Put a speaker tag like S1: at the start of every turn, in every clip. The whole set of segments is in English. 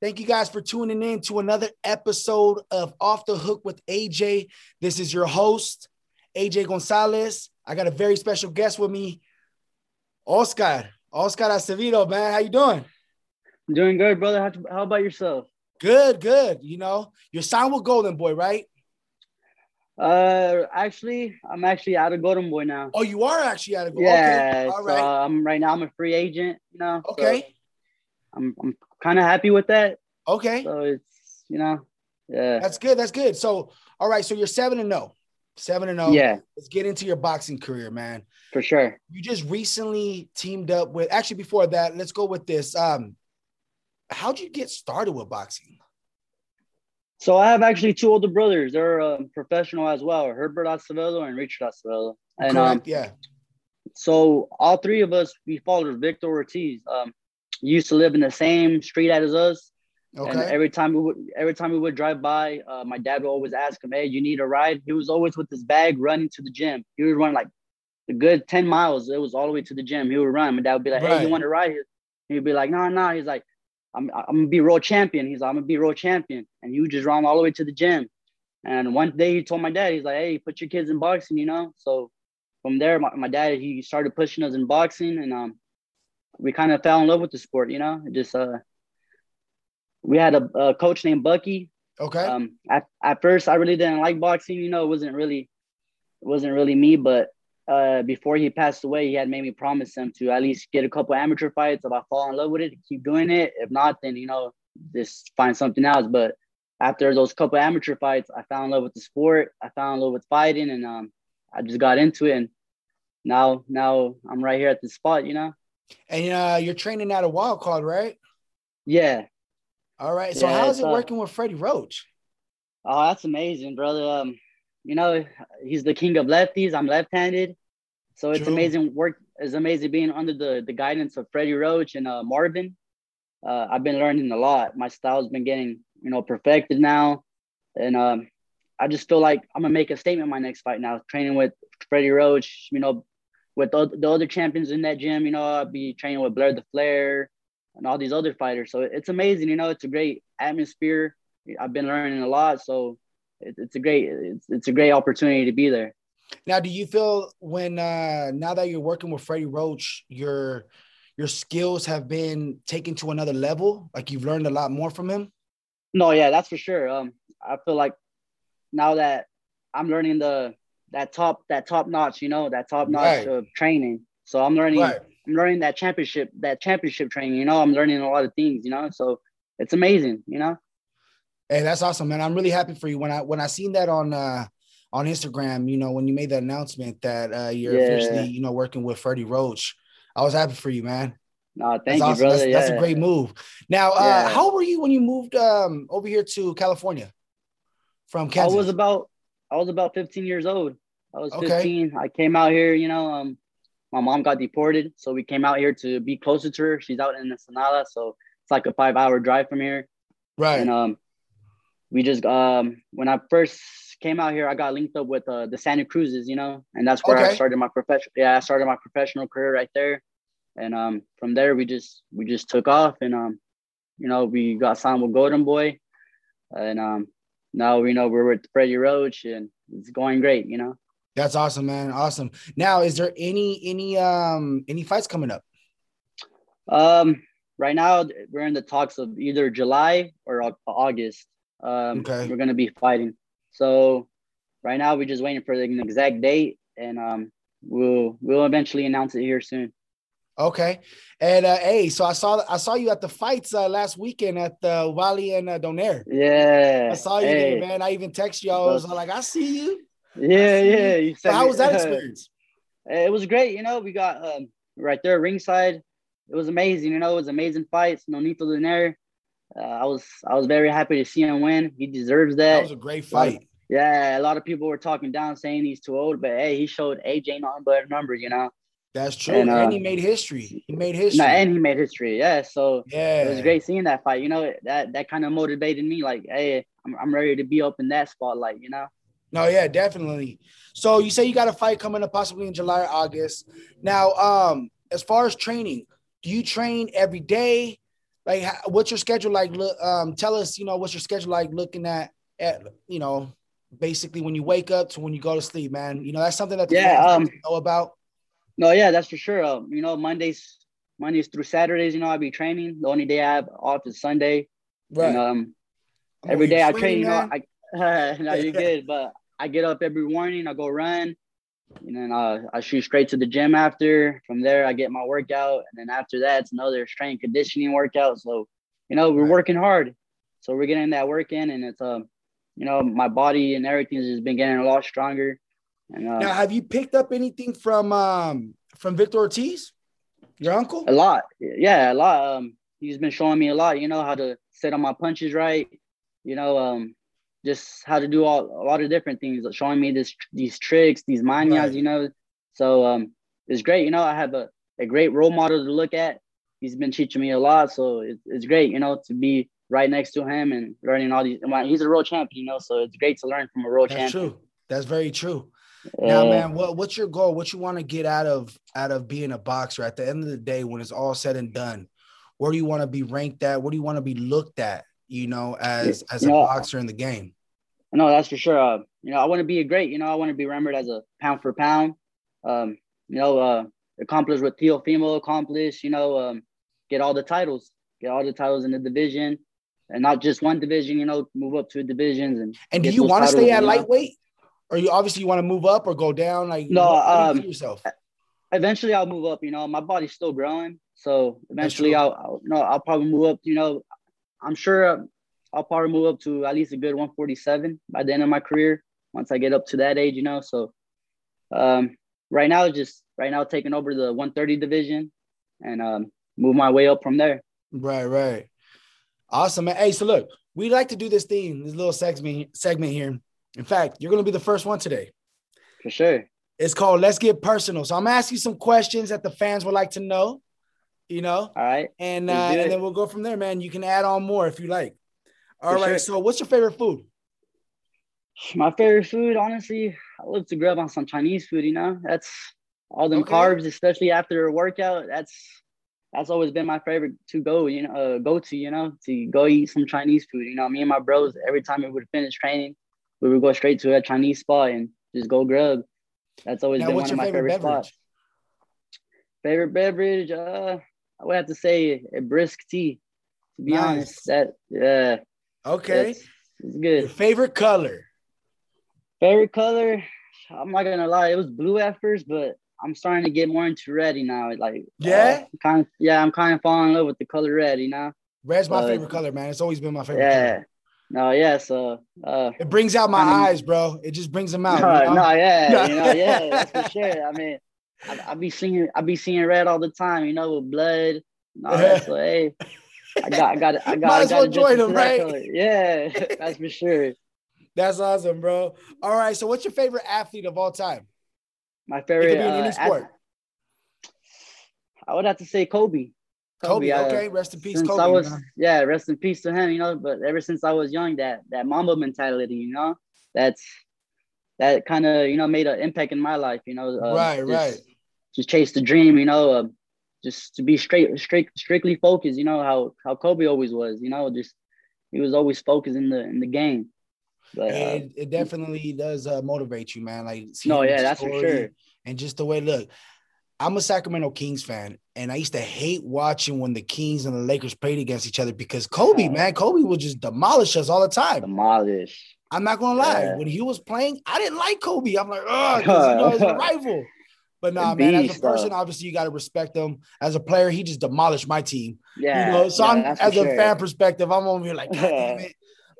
S1: Thank you guys for tuning in to another episode of Off the Hook with AJ. This is your host, AJ Gonzalez. I got a very special guest with me, Oscar. Oscar Acevedo, man. How you doing?
S2: I'm doing good, brother. How, how about yourself?
S1: Good, good. You know, you're signed with Golden Boy, right?
S2: Uh, actually, I'm actually out of Golden Boy now.
S1: Oh, you are actually out of Golden.
S2: yeah,
S1: Okay. All
S2: so,
S1: right.
S2: I'm right now. I'm a free agent. You know. so
S1: Okay.
S2: I'm I'm kind of happy with that.
S1: Okay.
S2: So it's you know, yeah,
S1: That's good. That's good. So, all right. So you're seven and zero. Seven and zero.
S2: yeah,
S1: Let's get into your boxing career, man.
S2: for sure.
S1: you just recently teamed up with actually before that let's go with this um how'd you get started with boxing
S2: So I have actually two older brothers. They're um, professional as well, Herbert Acevedo and Richard Acevedo. And um,
S1: correct yeah
S2: so all three of us we followed Victor Ortiz. Um, he used to live in the same street as us. And
S1: okay
S2: every time we would, every time we would drive by, uh, my dad would always ask him, "Hey, you need a ride?" He was always with his bag running to the gym. He would run like a good ten miles. It was all the way to the gym. He would run. My dad would be like, "Hey,
S1: Right.
S2: you want to ride?" He'd be like, "No, no." He's like, "I'm, I'm gonna be world champion." He's like, "I'm gonna be world champion," and he would just run all the way to the gym. And one day he told my dad, he's like, "Hey, put your kids in boxing," you know. So from there, my, my dad he started pushing us in boxing, and um, we kind of fell in love with the sport, you know. It just uh, we had a, a coach named Bucky.
S1: okay
S2: Um, at, at first, I really didn't like boxing. You know, it wasn't really, it wasn't really me. But uh, before he passed away, he had made me promise him to at least get a couple amateur fights. If I fall in love with it, keep doing it. If not, then you know, just find something else. But after those couple amateur fights, I fell in love with the sport. I fell in love with fighting, and um, I just got into it. And now, now I'm right here at this spot. You know,
S1: and uh you're training at a wild card right
S2: yeah.
S1: all right so
S2: Yeah,
S1: how's
S2: it's,
S1: it
S2: uh,
S1: working with freddie roach
S2: Oh, that's amazing, brother. Um, you know, he's the king of lefties. I'm left-handed, so it's
S1: True.
S2: amazing work. It's amazing being under the the guidance of Freddie Roach and uh, Marvin. Uh, I've been learning a lot. My style's been getting you know perfected now, and um, I just feel like I'm gonna make a statement in my next fight. Now training with Freddie Roach, you know, with the, the other champions in that gym. You know, I'll be training with Blair the Flair and all these other fighters. So it's amazing. You know, it's a great atmosphere. I've been learning a lot, so it, it's a great it's, it's a great opportunity to be there.
S1: now do you feel when uh now that you're working with freddie roach your your skills have been taken to another level like you've learned a lot more from him
S2: No, yeah, that's for sure. Um, I feel like now that I'm learning the that top that top notch, you know, that top notch
S1: Right.
S2: of training. So I'm learning
S1: right
S2: I'm learning that championship that championship training. You know, I'm learning a lot of things. You know, so it's amazing. You know,
S1: Hey, that's awesome, man. I'm really happy for you. When I when I seen that on uh on Instagram, you know, when you made the announcement that uh you're
S2: Yeah.
S1: officially, you know, working with Freddie Roach, I was happy for you, man.
S2: no,
S1: That's
S2: thank you,
S1: awesome.
S2: brother.
S1: that's,
S2: yeah.
S1: that's a great move. Now, uh
S2: Yeah.
S1: how old were you when you moved um over here to California from
S2: I
S1: Kansas?
S2: was about I was about 15 years old. I was
S1: Okay.
S2: 15. I came out here, you know, um, my mom got deported, so we came out here to be closer to her. She's out in Ensenada, so it's like a five-hour drive from here.
S1: right.
S2: And um, we just um, when I first came out here, I got linked up with uh, the Santa Cruzes, you know, and that's where
S1: Okay.
S2: I started my professional. Yeah, I started my professional career right there. And um, from there, we just we just took off, and um, you know, we got signed with Golden Boy, and um, now we know we're with Freddie Roach, and it's going great, you know.
S1: That's awesome, man. Awesome. Now, is there any any um any fights coming up?
S2: Um, right now th- we're in the talks of either July or Au- August. Um,
S1: Okay.
S2: we're gonna be fighting. So right now we're just waiting for the exact date, and um, we'll we'll eventually announce it here soon.
S1: Okay. And uh hey, so I saw I saw you at the fights uh, last weekend at the Wally and uh, Donaire.
S2: Yeah.
S1: I saw you
S2: Hey.
S1: there, man. I even text you. I was like, I see you.
S2: Yeah, yeah. You
S1: So
S2: sent
S1: how
S2: me-
S1: was that experience?
S2: it was great. You know, we got um, right there ringside. It was amazing. You know, it was amazing fights. Nonito Donaire. Uh, I was I was very happy to see him win. He deserves
S1: That
S2: that.
S1: was a great fight.
S2: Yeah, a lot of people were talking down, saying he's too old, but hey, he showed AJ nothing but a number, you know.
S1: That's true. And,
S2: And, uh,
S1: he made history. He made history.
S2: No, and he made history. Yeah, so
S1: yeah.
S2: it was great seeing that fight. You know, that that kind of motivated me. Like, hey, I'm I'm ready to be up in that spotlight. You know.
S1: No, yeah, definitely. So you say you got a fight coming up possibly in July or August. Now, um, as far as training, do you train every day? like how- what's your schedule like look um tell us you know what's your schedule like looking at at you know basically when you wake up to when you go to sleep man you know that's something that the
S2: Yeah,
S1: fans
S2: um,
S1: need to know about
S2: No, yeah, that's for sure. Um, you know, Mondays, Mondays through Saturdays, you know, I be training. The only day I have off is Sunday. And, um,
S1: I'm over
S2: every
S1: here
S2: day I
S1: swinging,
S2: train, you know,
S1: Oh, man.
S2: I no, you're good, but I get up every morning, I go run, and then uh, I shoot straight to the gym after. From there, I get my workout, and then after that, it's another strength conditioning workout. So, you know, we're
S1: Right.
S2: working hard, so we're getting that work in, and it's um, you know, my body and everything's just been getting a lot stronger. And uh,
S1: now have you picked up anything from um from victor ortiz your uncle
S2: A lot. Yeah, a lot. Um, he's been showing me a lot, you know, how to set on my punches right, you know, um, just how to do all a lot of different things, like showing me this these tricks, these manias,
S1: Right.
S2: you know. So um it's great, you know, I have a, a great role model to look at. He's been teaching me a lot, so it, it's great, you know, to be right next to him and learning all these well, he's a real champ, you know, so it's great to learn from a real
S1: that's
S2: champ.
S1: true that's very true
S2: Uh,
S1: Now, man, what, what's your goal? What you want to get out of out of being a boxer at the end of the day when it's all said and done? Where do you want to be ranked at? Where do you want to be looked at? You know, as as a
S2: Yeah.
S1: boxer in the game.
S2: No, that's for sure. Uh, you know, I want to be a great. You know, I want to be remembered as a pound for pound. Um, you know, uh, accomplish what Theo Fimo accomplished. You know, um, get all the titles, get all the titles in the division, and not just one division. You know, move up two divisions and.
S1: And do
S2: get
S1: you
S2: those
S1: want to stay
S2: titles,
S1: at
S2: you know?
S1: lightweight, or you obviously you want to move up or go down? Like,
S2: No,
S1: what- what do you
S2: um,
S1: see yourself.
S2: Eventually, I'll move up. You know, my body's still growing, so eventually,
S1: true.
S2: I'll, I'll no, I'll probably move up. You know, I'm sure um, I'll probably move up to at least a good 147 by the end of my career once I get up to that age, you know. So um, right now, just right now, taking over the 130 division and um, move my way up from there.
S1: Right, right. Awesome, man. Hey, so look, we like to do this theme, this little segment segment here. In fact, you're gonna be the first one today.
S2: For sure.
S1: It's called Let's Get Personal. So I'm gonna ask you some questions that the fans would like to know. You know,
S2: All right.
S1: and uh,
S2: Let's do
S1: and
S2: it.
S1: then we'll go from there, man. You can add on more if you like. All
S2: For
S1: right.
S2: sure.
S1: So, what's your favorite food?
S2: My favorite food, honestly, I love to grab on some Chinese food. You know, that's all them
S1: Okay.
S2: carbs, especially after a workout. That's that's always been my favorite to go. You know, uh, go to. You know, to go eat some Chinese food. You know, me and my bros, every time we would finish training, we would go straight to a Chinese spot and just go grub. That's always
S1: Now,
S2: been
S1: what's
S2: one
S1: your
S2: of my
S1: favorite,
S2: favorite, spots.
S1: beverage?
S2: Favorite beverage, uh, I would have to say a brisk tea. To be
S1: Nice.
S2: honest, that yeah,
S1: Okay.
S2: it's, it's
S1: Your
S2: good.
S1: favorite color?
S2: Favorite color? I'm not gonna lie, it was blue at first, but I'm starting to get more into red now. Like
S1: Yeah?
S2: kind of yeah, I'm kind of falling in love with the color red. You know?
S1: Red's my
S2: Uh,
S1: favorite color, man. It's always been my favorite.
S2: Yeah.
S1: Color.
S2: No, yeah. So uh,
S1: It brings out my
S2: I mean-
S1: eyes, bro. It just brings them out.
S2: no,
S1: you know?
S2: no, yeah,
S1: No.
S2: you know, yeah, that's for sure. I mean, I, I be seeing, I be seeing red all the time. You know, with blood. No,
S1: Yeah.
S2: so hey, I got, I got, I got,
S1: Might as
S2: I got
S1: well join 'em, right?
S2: Yeah, that's for sure.
S1: That's awesome, bro. All right. So, what's your favorite athlete of all time?
S2: My
S1: It
S2: favorite.
S1: could be in
S2: uh,
S1: any
S2: ath-
S1: sport.
S2: I would have to say Kobe.
S1: Kobe.
S2: uh,
S1: okay. Rest in peace,
S2: since
S1: Kobe.
S2: I was
S1: man.
S2: yeah, rest in peace to him, you know. But ever since I was young, that that Mamba mentality, you know, that's that kind of you know made an impact in my life, you know. uh,
S1: Right,
S2: just,
S1: right.
S2: Just chase the dream, you know. Uh, just to be straight, straight, strictly focused, you know how how Kobe always was, you know. Just he was always focused in the in the game. But uh,
S1: It, it definitely does uh, motivate you, man. Like,
S2: no,
S1: seeing
S2: yeah,
S1: the
S2: that's for
S1: story,
S2: sure.
S1: And just the way, look, I'm a Sacramento Kings fan, and I used to hate watching when the Kings and the Lakers played against each other because Kobe,
S2: Yeah.
S1: man, Kobe would just demolish us all the time.
S2: Demolish.
S1: I'm not gonna lie.
S2: Yeah.
S1: When he was playing, I didn't like Kobe. I'm like, oh, you know, he's a rival. But nah, man, as a
S2: Beast,
S1: person,
S2: though.
S1: obviously you gotta respect him. As a player, he just demolished my team.
S2: Yeah.
S1: you know, so
S2: yeah,
S1: I'm
S2: that's for
S1: as a
S2: sure.
S1: fan perspective, I'm over here like, God damn it.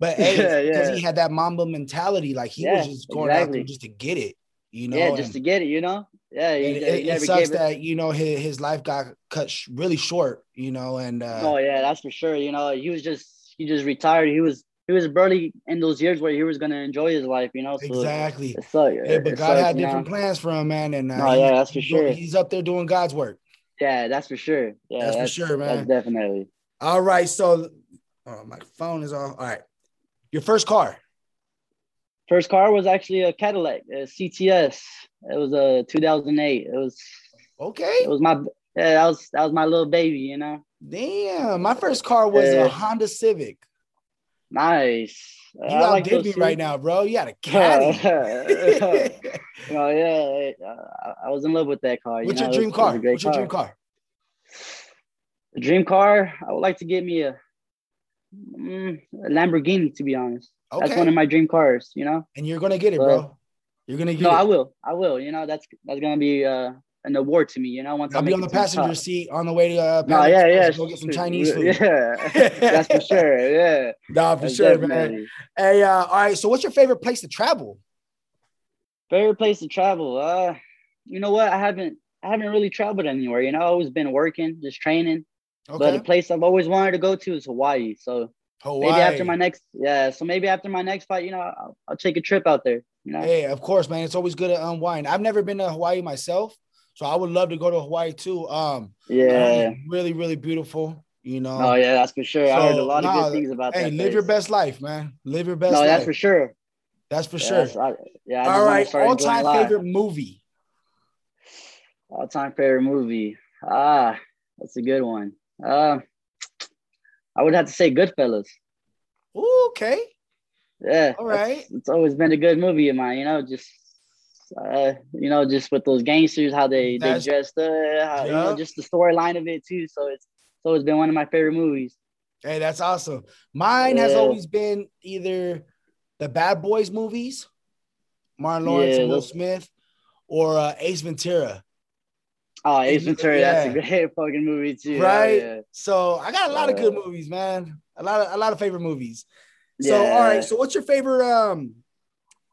S1: But hey,
S2: Yeah,
S1: because
S2: yeah.
S1: he had that Mamba mentality, like he was
S2: Yeah,
S1: just going out there
S2: exactly.
S1: just to get it, you know.
S2: yeah, just
S1: and-
S2: to get it, you know. Yeah, he,
S1: it,
S2: he
S1: it- it
S2: never
S1: sucks
S2: gave it.
S1: that you know his, his life got cut sh- really short you know and uh
S2: oh yeah, that's for sure. You know, he was just he just retired. He was he was barely in those years where he was gonna enjoy his life. You know, so
S1: exactly
S2: it sucked.
S1: hey,
S2: it
S1: but god
S2: sucked,
S1: had
S2: you know?
S1: different plans for him man and uh,
S2: No, yeah, that's for
S1: he's, doing-
S2: sure.
S1: he's up there doing god's work
S2: Yeah, that's for sure. Yeah,
S1: that's, for sure man
S2: That's definitely
S1: all right so oh, my phone is off all right your first car
S2: first car was actually a Cadillac, a CTS. It was a 2008. It was
S1: okay
S2: it was my yeah, that was that was my little baby, you know.
S1: Damn, my first car was
S2: Yeah.
S1: a Honda Civic.
S2: Nice.
S1: You
S2: I like
S1: outdid
S2: those
S1: me
S2: too.
S1: right now, bro. You had a caddy.
S2: Yeah. No, Oh, yeah, I- I- I was in love with that car. you
S1: What's
S2: know,
S1: your
S2: it
S1: dream
S2: was- it was
S1: car?
S2: a great
S1: What's your dream car?
S2: The dream car, I would like to get me a, mm, a Lamborghini. To be honest, that's one
S1: Okay,
S2: of my dream cars. You know,
S1: and you're gonna get it,
S2: But-
S1: bro. You're gonna get
S2: no, I
S1: it.
S2: will, I will. You know, that's that's gonna be uh, an award to me. You know, once I
S1: I'll be
S2: make
S1: on the
S2: it to top.
S1: passenger seat on the way to uh,
S2: No,
S1: Panda
S2: yeah, yeah,
S1: Express, Go get some Chinese food.
S2: yeah, that's for sure. Yeah,
S1: Nah, for
S2: that's
S1: sure, man.
S2: definitely.
S1: Hey, uh, all right. So, what's your favorite place to travel?
S2: Favorite place to travel? Uh, you know what? I haven't I haven't really traveled anywhere. You know, I've always been working, just training. But
S1: Okay,
S2: the place I've always wanted to go to is Hawaii. So
S1: Hawaii.
S2: maybe after my next yeah, so maybe after my next fight, you know, I'll, I'll take a trip out there. You know,
S1: Hey, of course, man. It's always good to unwind. I've never been to Hawaii myself, so I would love to go to Hawaii too. Um,
S2: yeah.
S1: Hawaii is really, really beautiful. You know,
S2: Oh yeah, that's for sure. I heard
S1: So,
S2: a lot of
S1: nah,
S2: good things about
S1: hey,
S2: that.
S1: live
S2: place.
S1: your best life, man. Live your best
S2: No,
S1: life.
S2: that's for sure.
S1: That's for
S2: Yeah,
S1: sure.
S2: that's- I- yeah. I just
S1: All
S2: wanna
S1: right,
S2: start enjoying
S1: all-time
S2: life.
S1: favorite movie.
S2: All time favorite movie. Ah, that's a good one. Uh, I would have to say Goodfellas.
S1: Ooh, okay.
S2: Yeah.
S1: All
S2: that's-
S1: right.
S2: It's always been a good movie of mine, you know, just uh, you know, just with those gangsters, how they, they
S1: That's-
S2: dressed uh, how, you
S1: Yeah.
S2: know, just the storyline of it too. So it's, it's always been one of my favorite movies.
S1: Hey, that's awesome. Mine has
S2: Yeah.
S1: always been either the Bad Boys movies, Martin Lawrence and
S2: Yeah,
S1: Will
S2: those-
S1: Smith, or uh, Ace Ventura.
S2: Oh, Ace
S1: Yeah.
S2: Ventura, that's a great fucking movie too. Oh,
S1: Right?
S2: yeah.
S1: So I got a lot of good
S2: Uh,
S1: movies, man. A lot of a lot of favorite movies. So all
S2: Yeah.
S1: right. So what's your favorite? Um,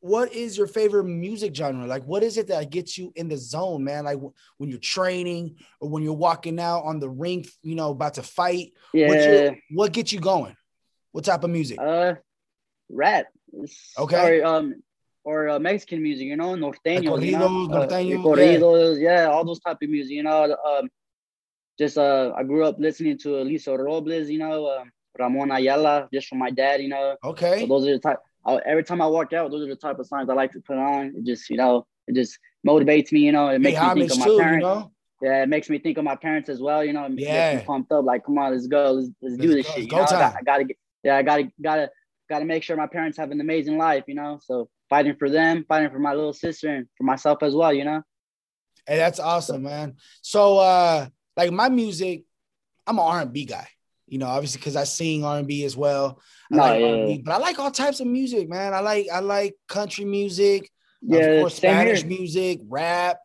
S1: what is your favorite music genre? Like, what is it that gets you in the zone, man? Like wh- when you're training or when you're walking out on the rink, you know, about to fight. What's
S2: Yeah.
S1: your, what gets you going? What type of music?
S2: Uh, rap.
S1: Okay.
S2: Or, um, or uh, Mexican music, you know, norteño, you know,
S1: corridos,
S2: uh,
S1: norteño,
S2: corridos, yeah. all those type of music, you know. Um, just uh, I grew up listening to Elisa Robles, you know, um, Ramon Ayala, just from my dad, you know. So
S1: okay.
S2: those are the type. I, every time I work out, those are the type of songs I like to put on. It just, you know, it just motivates me, you know. It
S1: Pay
S2: makes me
S1: homage
S2: think of my
S1: too, you
S2: parents.
S1: know.
S2: Yeah, it makes me think of my parents as well. You know, it makes
S1: Yeah.
S2: me pumped up. Like, come on, let's go, let's, let's do
S1: Let's
S2: this
S1: go,
S2: shit.
S1: it's go
S2: You know, I, got,
S1: time.
S2: I gotta get. Yeah, I gotta gotta gotta make sure my parents have an amazing life. You know, so fighting for them, fighting for my little sister and for myself as well. You know.
S1: Hey, that's awesome, man. So uh like my music, I'm an R&B guy. You know, obviously because I sing R&B as well. I
S2: No,
S1: like
S2: yeah.
S1: R&B, but I like all types of music, man. I like I like country music, of
S2: Yeah,
S1: course,
S2: same
S1: Spanish
S2: here.
S1: music, rap.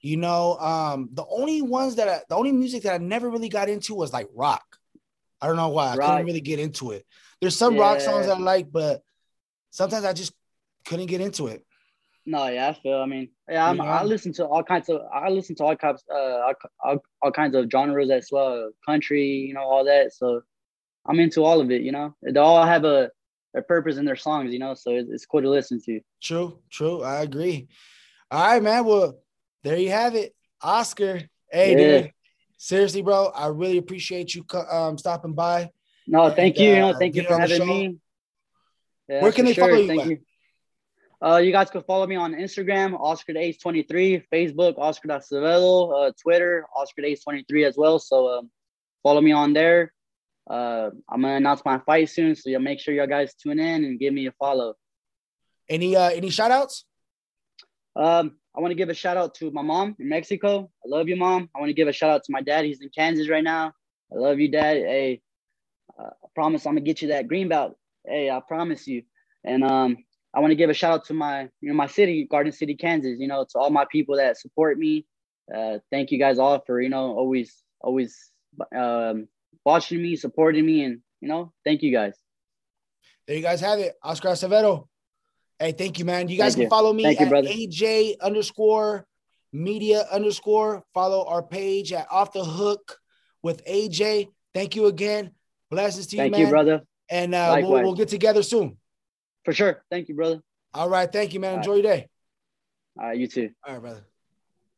S1: You know, um, the only ones that I, the only music that I never really got into was like rock. I don't know why I couldn't
S2: Rock.
S1: really get into it. There's some rock songs
S2: Yeah.
S1: I like, but sometimes I just couldn't get into it.
S2: No, yeah, I feel. I mean, yeah, I'm,
S1: You
S2: I
S1: know?
S2: listen to all kinds of. I listen to all kinds, uh, all, all, all kinds of genres as well, country, you know, all that. So I'm into all of it. You know, they all have a, a purpose in their songs. You know, so it's, it's cool to listen to.
S1: True, true. I agree. All right, man. Well, there you have it, Oscar. Hey,
S2: Yeah.
S1: dude. Seriously, bro, I really appreciate you co- um, stopping by.
S2: No, thank you. You know,
S1: uh,
S2: thank you
S1: get
S2: for
S1: on the show.
S2: having me. Yeah,
S1: Where
S2: for
S1: can they follow you at?
S2: Uh, you guys can follow me on Instagram, Oscar Ace 23, Facebook, Oscar Acevedo, uh, Twitter, Oscar Ace 23 as well. So um, follow me on there. Uh, I'm gonna announce my fight soon, so y'all make sure y'all guys tune in and give me a follow.
S1: Any uh, any shout outs?
S2: Um, I want to give a shout out to my mom in Mexico. I love you, mom. I want to give a shout out to my dad. He's in Kansas right now. I love you, dad. Hey, uh, I promise I'm gonna get you that green belt. Hey, I promise you. And um, I want to give a shout out to my you know my city, Garden City, Kansas. You know, to all my people that support me. Uh, thank you guys all for you know always always um watching me, supporting me, and you know, thank you guys.
S1: There you guys have it, Oscar Acevedo. Hey, thank you, man. You guys
S2: Thank
S1: can
S2: you.
S1: follow me
S2: Thank you,
S1: at
S2: brother.
S1: AJ underscore media underscore. Follow our page at Off the Hook with AJ. Thank you again. Blessings to you,
S2: Thank
S1: man.
S2: you, brother.
S1: And uh, we'll,
S2: Likewise.
S1: we'll get together soon.
S2: For sure. Thank you, brother.
S1: All right. Thank you, man.
S2: All right.
S1: Enjoy your day.
S2: All right, you too.
S1: All right, brother.